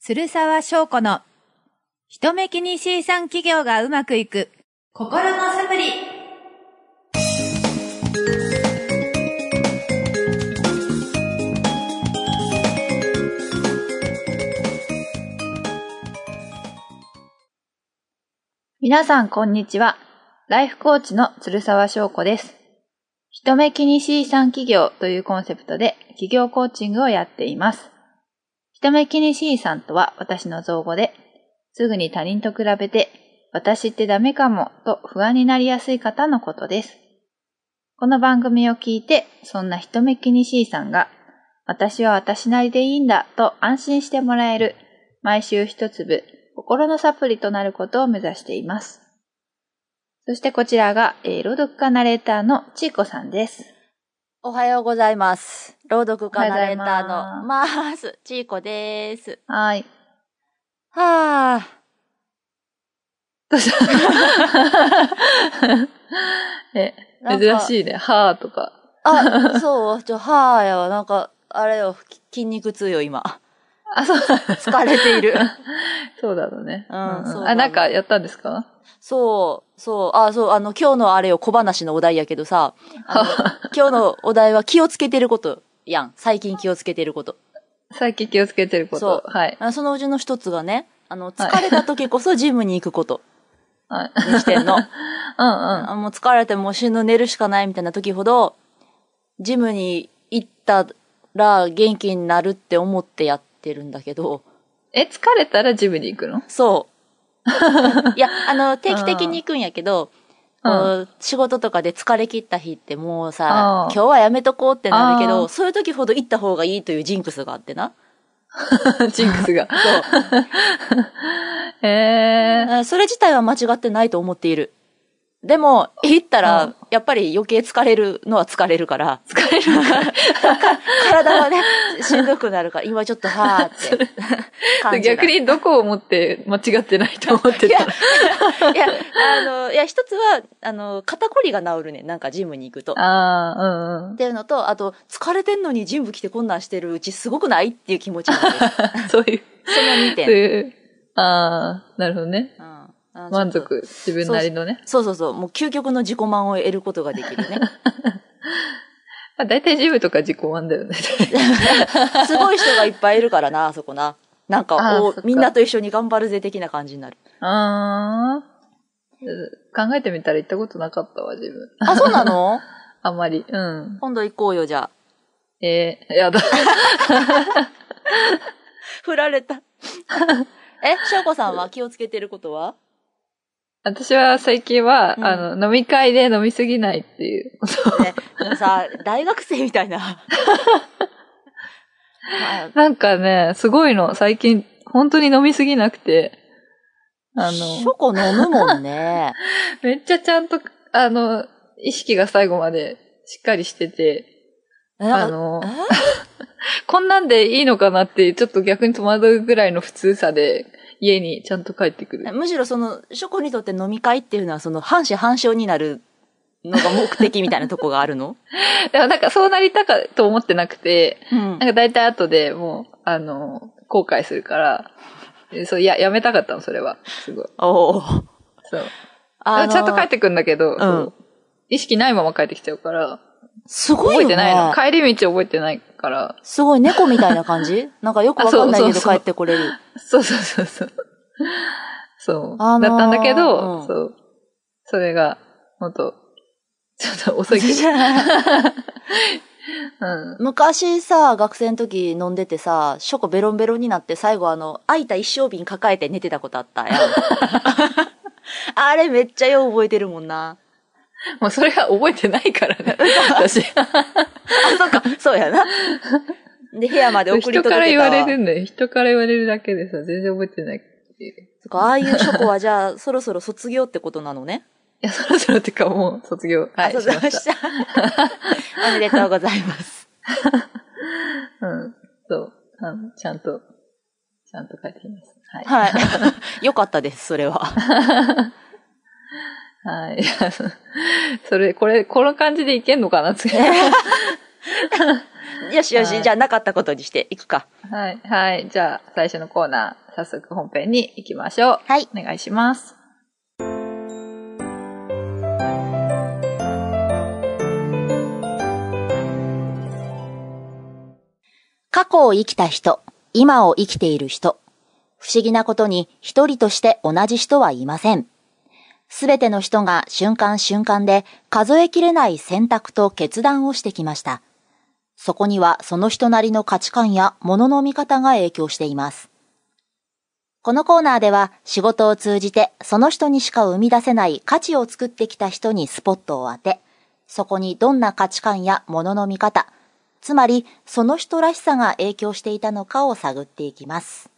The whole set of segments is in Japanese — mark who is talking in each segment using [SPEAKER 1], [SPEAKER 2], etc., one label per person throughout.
[SPEAKER 1] 鶴沢翔子の、人目気に C 産企業がうまくいく、心のサプリ。
[SPEAKER 2] 皆さん、こんにちは。ライフコーチの鶴沢翔子です。人目気に C さん企業というコンセプトで企業コーチングをやっています。人目気に C さんとは私の造語で、すぐに他人と比べて、私ってダメかもと不安になりやすい方のことです。この番組を聞いて、そんな人目気に C さんが、私は私なりでいいんだと安心してもらえる、毎週一粒、心のサプリとなることを目指しています。そしてこちらが、えー朗読家ナレーターのちいこさんです。
[SPEAKER 3] おはようございます。朗読家
[SPEAKER 2] お
[SPEAKER 3] ナ
[SPEAKER 2] はよ
[SPEAKER 3] レ
[SPEAKER 2] う
[SPEAKER 3] ー
[SPEAKER 2] ご
[SPEAKER 3] タ
[SPEAKER 2] ざい
[SPEAKER 3] ーのまーす、ちーこです。
[SPEAKER 2] はい。
[SPEAKER 3] はあ、
[SPEAKER 2] どうした え、
[SPEAKER 3] なん
[SPEAKER 2] 珍
[SPEAKER 3] か
[SPEAKER 2] しいね。はーとか。
[SPEAKER 3] あ、そう、ちょ、はあやわ、なんか、あれよ、き筋肉痛よ、今。
[SPEAKER 2] あ、そう。
[SPEAKER 3] 疲れて いる。
[SPEAKER 2] そうだろうね。
[SPEAKER 3] うんそうだね
[SPEAKER 2] あ、なんかやったんですか
[SPEAKER 3] そう、そう、あ、そう、あの、今日のあれよ、小話のお題やけどさ、あの
[SPEAKER 2] は
[SPEAKER 3] 今日のお題は気をつけてることやん。最近気をつけてること。
[SPEAKER 2] 最近気をつけてるこ
[SPEAKER 3] そ
[SPEAKER 2] と。はい。
[SPEAKER 3] あそのうちの一つがね、あの、疲れた時こそジムに行くこと
[SPEAKER 2] はい。
[SPEAKER 3] にしてんの。
[SPEAKER 2] うん
[SPEAKER 3] あもう疲れてもう死ぬ寝るしかないみたいな時ほど、ジムに行ったら元気になるって思ってやってるんだけど、
[SPEAKER 2] うん。え、疲れたらジムに行くの
[SPEAKER 3] そう。 いや、あの、定期的に行くんやけど、
[SPEAKER 2] うん
[SPEAKER 3] こう仕事とかで疲れ切った日ってもうさ、
[SPEAKER 2] あー
[SPEAKER 3] 今日はやめとこうってなるけ
[SPEAKER 2] あー
[SPEAKER 3] ど、そういう時ほど行った方がいいというジンクスがあっ てな。
[SPEAKER 2] ジンクスが。
[SPEAKER 3] そう
[SPEAKER 2] えー。
[SPEAKER 3] あ。それ自体は間違ってないと思っている。でも、行った
[SPEAKER 2] うん
[SPEAKER 3] ら、やっぱり余計疲れるのは疲れるから。
[SPEAKER 2] 疲れるから。
[SPEAKER 3] 体はね、しんどくなるから、今ちょっと はーって感じが。
[SPEAKER 2] 逆にどこを持って間違ってないと思って
[SPEAKER 3] いや、
[SPEAKER 2] た
[SPEAKER 3] い。や、あの、いや、一つは、あの、肩こりが治るねん。なんかジムに行くと。っ
[SPEAKER 2] ああ、うん
[SPEAKER 3] ていうのと、あと、疲れてんのにジム来てこんなんしてるうちすごくないっていう気持ちなんです。
[SPEAKER 2] うん。そういう、
[SPEAKER 3] その2
[SPEAKER 2] そう
[SPEAKER 3] 点。
[SPEAKER 2] いう。ああ、なるほどね。
[SPEAKER 3] うんあの
[SPEAKER 2] 満
[SPEAKER 3] ちょっと
[SPEAKER 2] 足。自分なりのね。
[SPEAKER 3] そうそうそう。もう究極の自己満を得ることができるね。
[SPEAKER 2] まあ、大体ジムとか自己満だよね。
[SPEAKER 3] すごい人がいっぱいいるからな、あそこな。なん
[SPEAKER 2] あ
[SPEAKER 3] か、
[SPEAKER 2] ーそ
[SPEAKER 3] お
[SPEAKER 2] っか
[SPEAKER 3] みんなと一緒に頑張るぜ的な感じになる。
[SPEAKER 2] ああ。考えてみたら行ったことなかったわ、自分。
[SPEAKER 3] あ、そうなの
[SPEAKER 2] あんまり。うん。
[SPEAKER 3] 今度行こうよ、じゃあ。
[SPEAKER 2] えー、やだ。
[SPEAKER 3] 振ら れた。え、しょうこさんは気をつけてること は
[SPEAKER 2] 私は最近は、
[SPEAKER 3] うん
[SPEAKER 2] あの、飲み会で飲みすぎないっていう。
[SPEAKER 3] ね、でもさ、大学生みた いな。まあ
[SPEAKER 2] なんかね、すごいの。最近、本当に飲みすぎなくて。あ
[SPEAKER 3] し
[SPEAKER 2] の
[SPEAKER 3] ょ、こ飲むも んね。
[SPEAKER 2] めっちゃちゃんと、あの、意識が最後までしっかりしてて、あ
[SPEAKER 3] なんか
[SPEAKER 2] の、 こんなんでいいのかなって、ちょっと逆に戸惑うぐらいの普通さで、家にちゃんと帰ってく
[SPEAKER 3] え
[SPEAKER 2] る。
[SPEAKER 3] むしろその、しょこにとって飲み会っていうのは、その、反射反証になるのが目的みたいなとこがあるの
[SPEAKER 2] でもなんかそうなりたかと思ってなくて、
[SPEAKER 3] うん
[SPEAKER 2] なんか大体後でもう、あの、後悔するから、えそう、いや、やめたかったの、それは。すごい。
[SPEAKER 3] おー
[SPEAKER 2] そう。
[SPEAKER 3] あの
[SPEAKER 2] ちゃんと帰ってくんだけど、
[SPEAKER 3] ん
[SPEAKER 2] そう意識ないまま帰ってきちゃうから、
[SPEAKER 3] すごい
[SPEAKER 2] 覚え
[SPEAKER 3] よ
[SPEAKER 2] て
[SPEAKER 3] ね。
[SPEAKER 2] ないの。帰り道覚えてないから。
[SPEAKER 3] すごい猫みたいな感じなんかよくわかんな
[SPEAKER 2] あ
[SPEAKER 3] いけ
[SPEAKER 2] そ
[SPEAKER 3] ど
[SPEAKER 2] うそうそう
[SPEAKER 3] 帰ってこれる。
[SPEAKER 2] そうそうそうそう。そう。
[SPEAKER 3] あのー
[SPEAKER 2] だったんだけど、
[SPEAKER 3] うん
[SPEAKER 2] そう。それが、ほんと、ちょっと遅 いけど。うん。
[SPEAKER 3] 昔さ、学生の時飲んでてさ、ショコベロンベロンになって最後あの、空いた一升瓶抱えて寝てたことあった やん。あれめっちゃよう覚えてるもんな。
[SPEAKER 2] もうそれが覚えてないからね。 私。
[SPEAKER 3] あ、そっか、そうやな。で、部屋まで送り
[SPEAKER 2] 人
[SPEAKER 3] 届けた
[SPEAKER 2] から言われ
[SPEAKER 3] わ
[SPEAKER 2] るんだよ。人から言われるだけでさ、全然覚えてないっていう。
[SPEAKER 3] そっかああいうショコはじゃあ、そろそろ卒業ってことなのね。
[SPEAKER 2] いや、そろそろってか、もう卒業、はい、
[SPEAKER 3] あ、
[SPEAKER 2] し
[SPEAKER 3] 卒業
[SPEAKER 2] まし
[SPEAKER 3] した。 おめでとうございます。
[SPEAKER 2] た。うん。そう。あのちゃんと、ちゃんと帰ってきます。はい。
[SPEAKER 3] はい。よかったです、それは。
[SPEAKER 2] はい。 それ、これ、この感じでいけんのかな次。
[SPEAKER 3] よしよし、
[SPEAKER 2] はい
[SPEAKER 3] じゃあなかったことにしていくか。
[SPEAKER 2] はい、はい。じゃあ、最初のコーナー、早速本編に行きましょう。
[SPEAKER 3] はい。
[SPEAKER 2] お願いします。
[SPEAKER 3] 過去を生きた人、今を生きている人。不思議なことに一人として同じ人はいません。すべての人が瞬間瞬間で数えきれない選択と決断をしてきました。そこにはその人なりの価値観や物の見方が影響しています。このコーナーでは仕事を通じてその人にしか生み出せない価値を作ってきた人にスポットを当て、そこにどんな価値観や物の見方、つまりその人らしさが影響していたのかを探っていきます。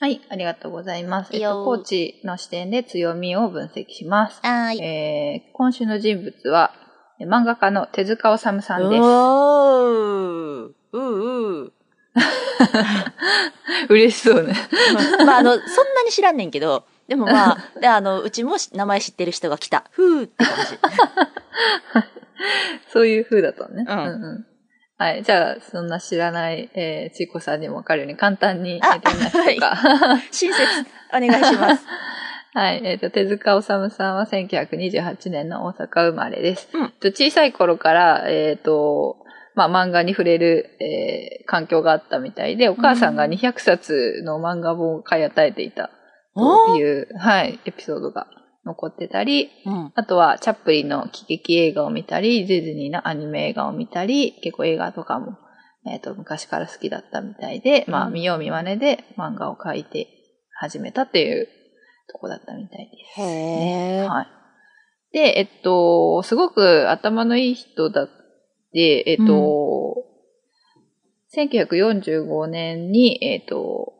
[SPEAKER 2] はい、ありがとうございます。えっ
[SPEAKER 3] いいよ
[SPEAKER 2] と、コーチの視点で強みを分析します。
[SPEAKER 3] は。
[SPEAKER 2] えー、今週の人物は、え漫画家の手塚治虫さんです。
[SPEAKER 3] おーうう
[SPEAKER 2] 嬉しそうね。
[SPEAKER 3] まあ、あの、そんなに知らんねんけど、でもま あ、であの、うちもし名前知ってる人が来た。ふーって感じ。
[SPEAKER 2] そういう風だったのね。
[SPEAKER 3] うん
[SPEAKER 2] うんはい。じゃあ、そんな知らない、えー、ちいこさんにもわかるように簡単に
[SPEAKER 3] あ
[SPEAKER 2] やってみましょうか。
[SPEAKER 3] 親切、お願いし ます。
[SPEAKER 2] はい。えっ、と、手塚治虫さんは1928年の大阪生まれです。
[SPEAKER 3] うん
[SPEAKER 2] と小さい頃から、えっ、と、まあ、漫画に触れる、えー環境があったみたいで、お母さんが200冊の漫画本を買い与えていたという、はい、エピソードが残ってたり、
[SPEAKER 3] うん。
[SPEAKER 2] あとは、チャップリンの喜劇映画を見たり、ディズニーのアニメ映画を見たり、結構映画とかも、えっ、と、昔から好きだったみたいで、まあ、
[SPEAKER 3] うん
[SPEAKER 2] 見よう見まねで漫画を描いて始めたっていうとこだったみたいです。
[SPEAKER 3] へー。
[SPEAKER 2] はい。で、えっと、すごく頭のいい人だって、えっと、1945年に、えっと、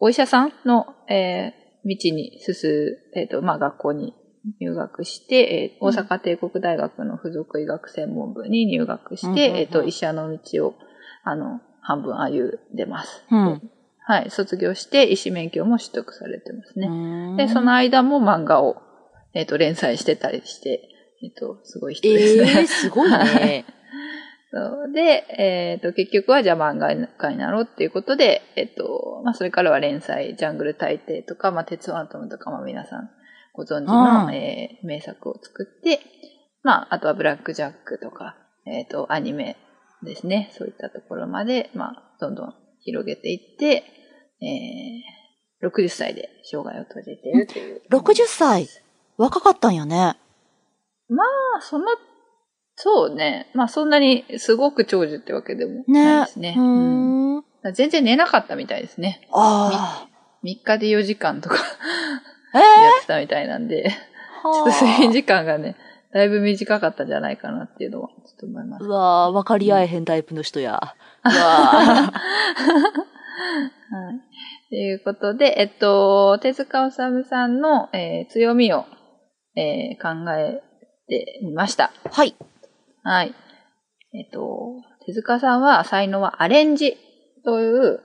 [SPEAKER 2] お医者さんの、えー道に進む、えっと、まあ、学校に入学して、えー
[SPEAKER 3] うん
[SPEAKER 2] 大阪帝国大学の附属医学専門部に入学して、
[SPEAKER 3] うんうんうん
[SPEAKER 2] えっと、医者の道を、あの、半分歩んでます。
[SPEAKER 3] うん
[SPEAKER 2] はい、卒業して医師免許も取得されてますね。
[SPEAKER 3] うん
[SPEAKER 2] で、その間も漫画を、えっ、と、連載してたりして、えっ、と、すごい人
[SPEAKER 3] え
[SPEAKER 2] ですね。
[SPEAKER 3] ー、すごいね。
[SPEAKER 2] そうで、えっ、と、結局はじゃあ漫画家になろうっていうことで、えっ、と、まあ、それからは連載、ジャングル大帝とか、まあ、鉄腕アトムとか、まあ、皆さんご存知の、
[SPEAKER 3] うん
[SPEAKER 2] えー名作を作って、まあ、あとはブラックジャックとか、えっ、と、アニメですね。そういったところまで、まあ、どんどん広げていって、えー、60歳で生涯を閉じているという。
[SPEAKER 3] 60歳。若かったんよね。
[SPEAKER 2] まあ、その、そうね。まあ、そんなにすごく長寿ってわけでも
[SPEAKER 3] ね
[SPEAKER 2] ないですね。
[SPEAKER 3] う
[SPEAKER 2] うん
[SPEAKER 3] ーん。
[SPEAKER 2] だから全然寝なかったみたいですね。
[SPEAKER 3] あ
[SPEAKER 2] 3日で4時間とかや
[SPEAKER 3] あ。
[SPEAKER 2] っ
[SPEAKER 3] え
[SPEAKER 2] てたみたいなんで、
[SPEAKER 3] ー、
[SPEAKER 2] ちょっと睡眠時間がね、だいぶ短かったんじゃないかなっていうのは、ちょっと思います
[SPEAKER 3] う。わー、分かり合えへんタイプの人や。うわー
[SPEAKER 2] はい。ということで、えっと、手塚治虫さんの、えー強みを、えー考えてみました。
[SPEAKER 3] はい。
[SPEAKER 2] はい。えっと、手塚さんは才能はアレンジという、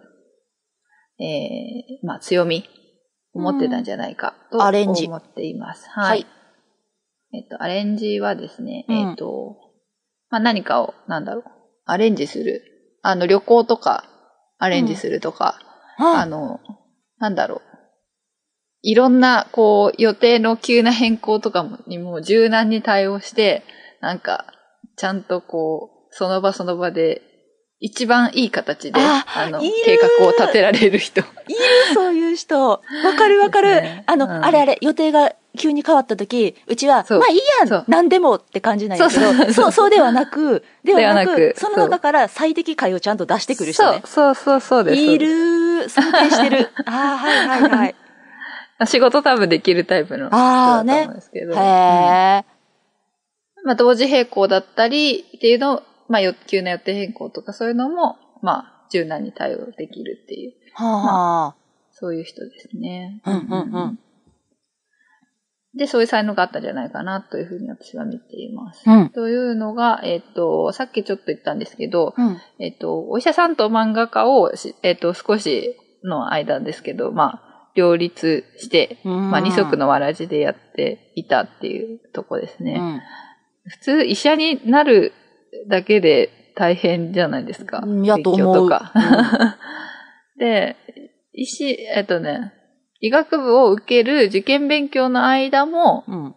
[SPEAKER 2] えー、まあ強みを持ってたんじゃないかと
[SPEAKER 3] アレンジ
[SPEAKER 2] 思っています。はい。えっと、アレンジはですね、
[SPEAKER 3] うん
[SPEAKER 2] えっと、まあ何かを、なんだろう、アレンジする。あの、旅行とか、アレンジするとか、あ
[SPEAKER 3] は
[SPEAKER 2] の、なんだろう。いろんな、こう、予定の急な変更とかもにも柔軟に対応して、なんか、ちゃんとこう、その場その場で、一番いい形で、あ
[SPEAKER 3] あ
[SPEAKER 2] の、
[SPEAKER 3] いる
[SPEAKER 2] 計画を立てられる人。
[SPEAKER 3] いる、そういう人。わかるわか
[SPEAKER 2] です
[SPEAKER 3] る
[SPEAKER 2] ね。
[SPEAKER 3] あの、
[SPEAKER 2] うん
[SPEAKER 3] あれあれ、予定が急に変わった時、うちは、
[SPEAKER 2] そう
[SPEAKER 3] まあいい
[SPEAKER 2] そ
[SPEAKER 3] や、
[SPEAKER 2] うん
[SPEAKER 3] 何でもって感じなんやけ
[SPEAKER 2] そうそう
[SPEAKER 3] ど、そう、そうではなく、では な
[SPEAKER 2] ではな
[SPEAKER 3] く
[SPEAKER 2] く、
[SPEAKER 3] その中から最適解をちゃんと出してくる人ね。
[SPEAKER 2] そう、そうそうそうです。
[SPEAKER 3] いる、尊敬して る。ああ、はいはいはい。
[SPEAKER 2] 仕事多分できるタイプの人
[SPEAKER 3] あ
[SPEAKER 2] だ
[SPEAKER 3] ー
[SPEAKER 2] と
[SPEAKER 3] ね
[SPEAKER 2] 思うんですけど。うん
[SPEAKER 3] へえ。
[SPEAKER 2] まあ、同時並行だったりっていうのを、まあ、よ急な予定変更とかそういうのも、まあ、柔軟に対応できるっていう。
[SPEAKER 3] はあ。
[SPEAKER 2] そういう人ですね。
[SPEAKER 3] うんうんうん。
[SPEAKER 2] で、そういう才能があったんじゃないかなというふうに私は見ています。
[SPEAKER 3] うん。
[SPEAKER 2] というのが、えっ、と、さっきちょっと言ったんですけど、
[SPEAKER 3] うん。
[SPEAKER 2] えっ、と、お医者さんと漫画家をし、えっ、と、少しの間ですけど、まあ、両立して、ま
[SPEAKER 3] ま
[SPEAKER 2] あ、二足。のわらじでやっていたっていうとこです
[SPEAKER 3] う
[SPEAKER 2] ね。
[SPEAKER 3] ん。
[SPEAKER 2] 普通、医者になるだけで、大変じゃないですか。
[SPEAKER 3] うんいやと思
[SPEAKER 2] 勉強と
[SPEAKER 3] う
[SPEAKER 2] か。
[SPEAKER 3] う
[SPEAKER 2] で、医師、えっとね、医学部を受ける受験勉強の間も
[SPEAKER 3] うん。は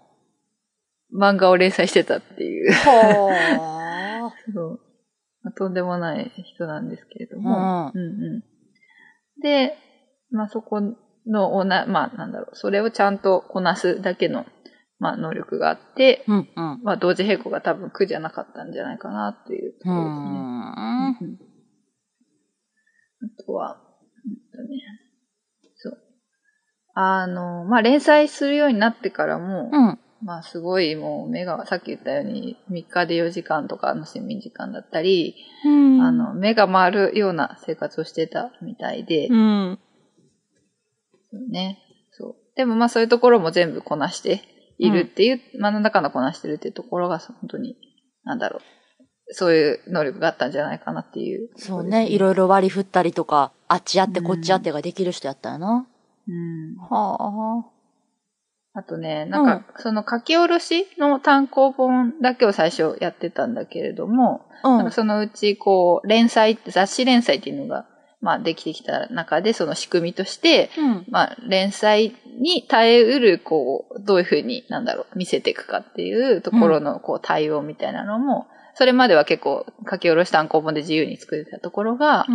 [SPEAKER 2] 漫画を連載してたっていう、
[SPEAKER 3] あ。
[SPEAKER 2] そうまあとんでもない人なんですけれども。
[SPEAKER 3] う
[SPEAKER 2] うんうんで、まあそこのおな、まあなんだろう、それをちゃんとこなすだけの、まあ能力があって、
[SPEAKER 3] うんうん。
[SPEAKER 2] まあ同時並行が多分苦じゃなかったんじゃないかなっていうとこ
[SPEAKER 3] う
[SPEAKER 2] ろですね。
[SPEAKER 3] ん。うん
[SPEAKER 2] うんあとは、うんとね、そう。あの、まあ、連載するようになってからも、
[SPEAKER 3] うん。
[SPEAKER 2] まあ、すごいもう目が、さっき言ったように、3日で4時間とかの睡眠時間だったり、
[SPEAKER 3] うん
[SPEAKER 2] あ、の、目が回るような生活をしてたみたいで、
[SPEAKER 3] うん。
[SPEAKER 2] そうね。そう。でもまあ、そういうところも全部こなしているっていう、まあ、何らかのこなしてるっていうところが、本当に、なんだろう。そういう能力があったんじゃないかなっていう、
[SPEAKER 3] そうね、いろいろ割り振ったりとか、あっちあってこっちあってができる人やったよな。
[SPEAKER 2] うん。
[SPEAKER 3] はあ。
[SPEAKER 2] あとね、なんか、その書き下ろしの単行本だけを最初やってたんだけれども、
[SPEAKER 3] う
[SPEAKER 2] なん
[SPEAKER 3] ん
[SPEAKER 2] か。そのうち、こう、連載、雑誌連載っていうのが、まあ、できてきた中で、その仕組みとして、
[SPEAKER 3] うん。
[SPEAKER 2] まあ、連載に耐えうる、こう、どういうふうに、なんだろう、見せていくかっていうところの、こう、対応みたいなのも、それまでは結構、書き下ろし単行本で自由に作れてたところが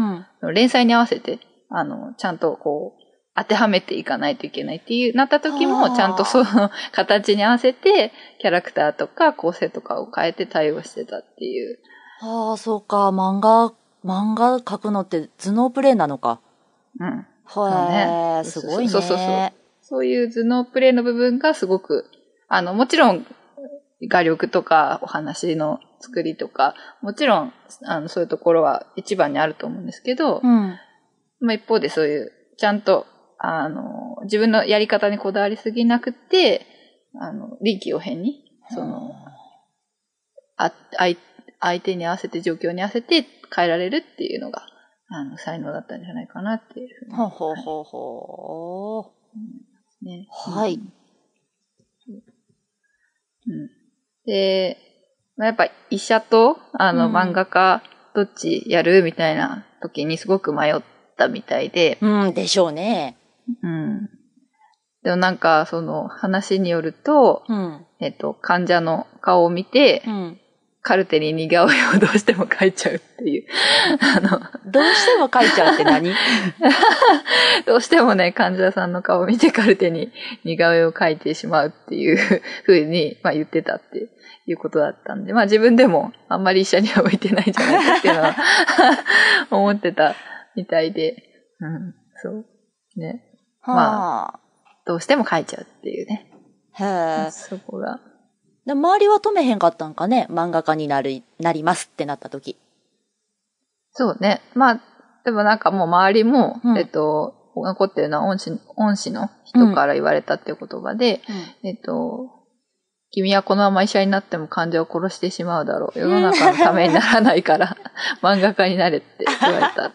[SPEAKER 3] う、ん。
[SPEAKER 2] 連載に合わせて、あの、ちゃんとこう、当てはめていかないといけないっていう、なった時
[SPEAKER 3] あ
[SPEAKER 2] も、
[SPEAKER 3] ー
[SPEAKER 2] ちゃんとその形に合わせて、キャラクターとか構成とかを変えて対応してたっていう。
[SPEAKER 3] はあ、そうか、漫画、漫画描くのって頭脳プレイなのか。
[SPEAKER 2] うん。
[SPEAKER 3] は
[SPEAKER 2] そう
[SPEAKER 3] あ、
[SPEAKER 2] ね
[SPEAKER 3] すごいね。
[SPEAKER 2] そうそうそうそうそういう頭脳プレイの部分がすごく、あの、もちろん、画力とかお話の作りとか、もちろん、あの、そういうところは一番にあると思うんですけど、
[SPEAKER 3] うん。
[SPEAKER 2] まあ、一方でそういう、ちゃんと、あの、自分のやり方にこだわりすぎなくて、あの、臨機応変に、その、あ、相相手に合わせて、状況に合わせて変えられるっていうのが、あの、才能だったんじゃないかなっていうふうに
[SPEAKER 3] ほうほうほうほう。
[SPEAKER 2] ね。
[SPEAKER 3] はい
[SPEAKER 2] うん。うんで、まあ、やっぱ医者と、あの、
[SPEAKER 3] うん
[SPEAKER 2] 漫画家、どっちやるみたいな時にすごく迷ったみたいで、
[SPEAKER 3] うん、でしょうね。
[SPEAKER 2] うん。でもなんか、その話によると、
[SPEAKER 3] うん。
[SPEAKER 2] えっと、患者の顔を見て、
[SPEAKER 3] うん。
[SPEAKER 2] カルテに似顔絵をどうしても描いちゃうっていう。 あの、
[SPEAKER 3] どうしても描いちゃうって 何
[SPEAKER 2] どうしてもね、患者さんの顔を見てカルテに似顔絵を描いてしまうっていう ふうに、まあ言ってたっていうことだったんで、まあ自分でもあんまり医者には向いてないんじゃないかっていうのは 思ってたみたいで、うん、そう。ね、
[SPEAKER 3] は
[SPEAKER 2] どうしても描いちゃうっていうね。
[SPEAKER 3] あ。へえ。
[SPEAKER 2] そこが。
[SPEAKER 3] で周りは止めへんかったんかね漫画家になる、なりますってなった時。
[SPEAKER 2] そうね。まあ、でもなんかもう周りも、
[SPEAKER 3] うん
[SPEAKER 2] えっと、残ってるのは恩師、恩師の人から言われたっていう言葉で、えっと、君はこのまま医者になっても患者を殺してしまうだろう。世の中のためにならないから、 漫画家になれって言われ た。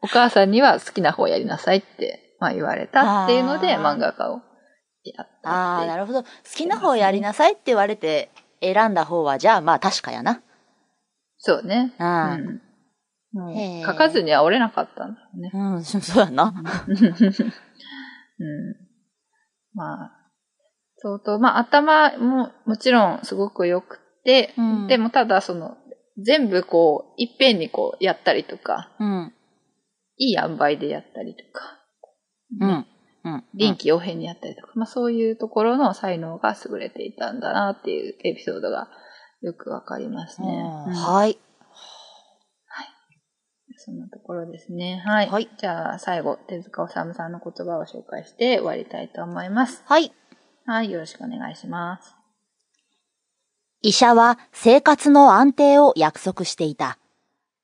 [SPEAKER 2] お母さんには好きな方やりなさいって、まあ言われたっていうので、
[SPEAKER 3] あー
[SPEAKER 2] 漫画家をやった
[SPEAKER 3] あ
[SPEAKER 2] っ
[SPEAKER 3] あ、
[SPEAKER 2] ていう
[SPEAKER 3] なるほど。好きな方やりなさいって言われて選んだ方は、じゃあまあ確かやな。
[SPEAKER 2] そうね。う
[SPEAKER 3] あ
[SPEAKER 2] ん。も
[SPEAKER 3] へ
[SPEAKER 2] う
[SPEAKER 3] ー
[SPEAKER 2] 書かずには折れなかったんだろうね。
[SPEAKER 3] うん、 うん、そうやな。
[SPEAKER 2] うんまあ、相当、まあ頭ももちろんすごく良くて、
[SPEAKER 3] うん
[SPEAKER 2] でもただその、全部こう、いっぺんにこう、やったりとか、
[SPEAKER 3] うん。
[SPEAKER 2] いい塩梅でやったりとか、
[SPEAKER 3] うん。うん。
[SPEAKER 2] 臨機応変にやったりとか、まあそういうところの才能が優れていたんだなっていうエピソードがよくわかりますね。
[SPEAKER 3] うん
[SPEAKER 2] うん
[SPEAKER 3] はい。
[SPEAKER 2] そんなところですね。はい。
[SPEAKER 3] はい
[SPEAKER 2] じゃあ最後、手塚治虫さんの言葉を紹介して終わりたいと思います。
[SPEAKER 3] はい。
[SPEAKER 2] はい、よろしくお願いします。
[SPEAKER 3] 医者は生活の安定を約束していた。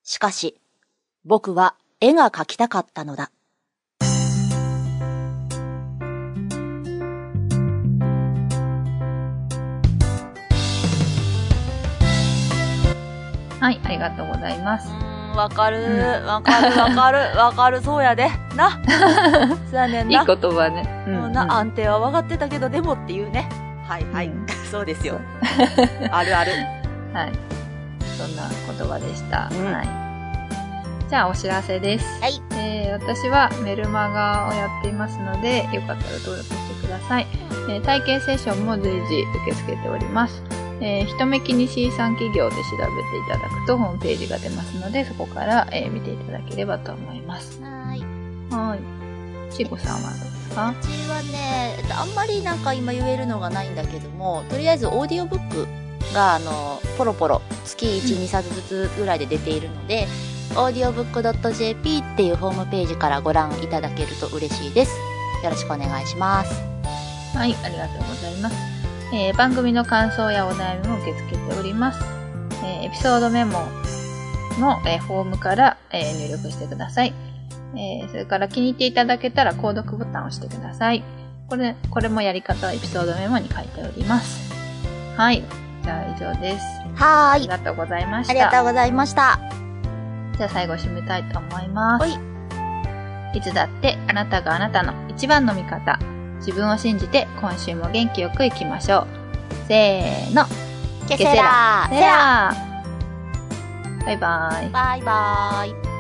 [SPEAKER 3] しかし、僕は絵が描きたかったのだ。
[SPEAKER 2] はい、ありがとうございます。
[SPEAKER 3] わか
[SPEAKER 2] う
[SPEAKER 3] る、わかる、わかる、わかる、そうやで。な。 そうやねん
[SPEAKER 2] いい
[SPEAKER 3] な。
[SPEAKER 2] 言葉ね。
[SPEAKER 3] もうな、安定は分かってたけど、でもっていうね。はいはい
[SPEAKER 2] うん。
[SPEAKER 3] そうですよ。あるある。
[SPEAKER 2] はい。そんな言葉でした。
[SPEAKER 3] うん
[SPEAKER 2] はい。じゃあお知らせです。
[SPEAKER 3] はい。
[SPEAKER 2] えー私はメルマガをやっていますので、よかったら登録してください。えー体験セッションも随時受け付けております。えー、ひとめきに C さん企業で調べていただくとホームページが出ますので、そこから、えー見ていただければと思います。
[SPEAKER 3] はい。
[SPEAKER 2] はい。ちいこさんはどうです
[SPEAKER 3] う
[SPEAKER 2] か
[SPEAKER 3] ちはね、えっとあんまりなんか今言えるのがないんだけども、とりあえずオーディオブックが、あの、ポロポロ、月1、2冊ずつぐらいで出ているので、オーディオブック .jp っていうホームページからご覧いただけると嬉しいです。よろしくお願いします。
[SPEAKER 2] はい、ありがとうございます。えー番組の感想やお悩みも受け付けております。えーエピソードメモの、えーフォームから、えー入力してください、えーそれから気に入っていただけたら購読ボタンを押してください。これ、これもやり方はエピソードメモに書いております。はい、じゃあ以上です。あ
[SPEAKER 3] はー
[SPEAKER 2] り
[SPEAKER 3] い。
[SPEAKER 2] がとうございまし
[SPEAKER 3] あ
[SPEAKER 2] た。
[SPEAKER 3] りがとうございました。
[SPEAKER 2] じゃあ最後締めたいと思います。。
[SPEAKER 3] はい
[SPEAKER 2] つだってあなたがあなたの一番の味方。自分を信じて今週も元気よくいきましょう。せーの。
[SPEAKER 3] ケセラー。セラ
[SPEAKER 2] バイバイ。
[SPEAKER 3] ー。バイバーイ。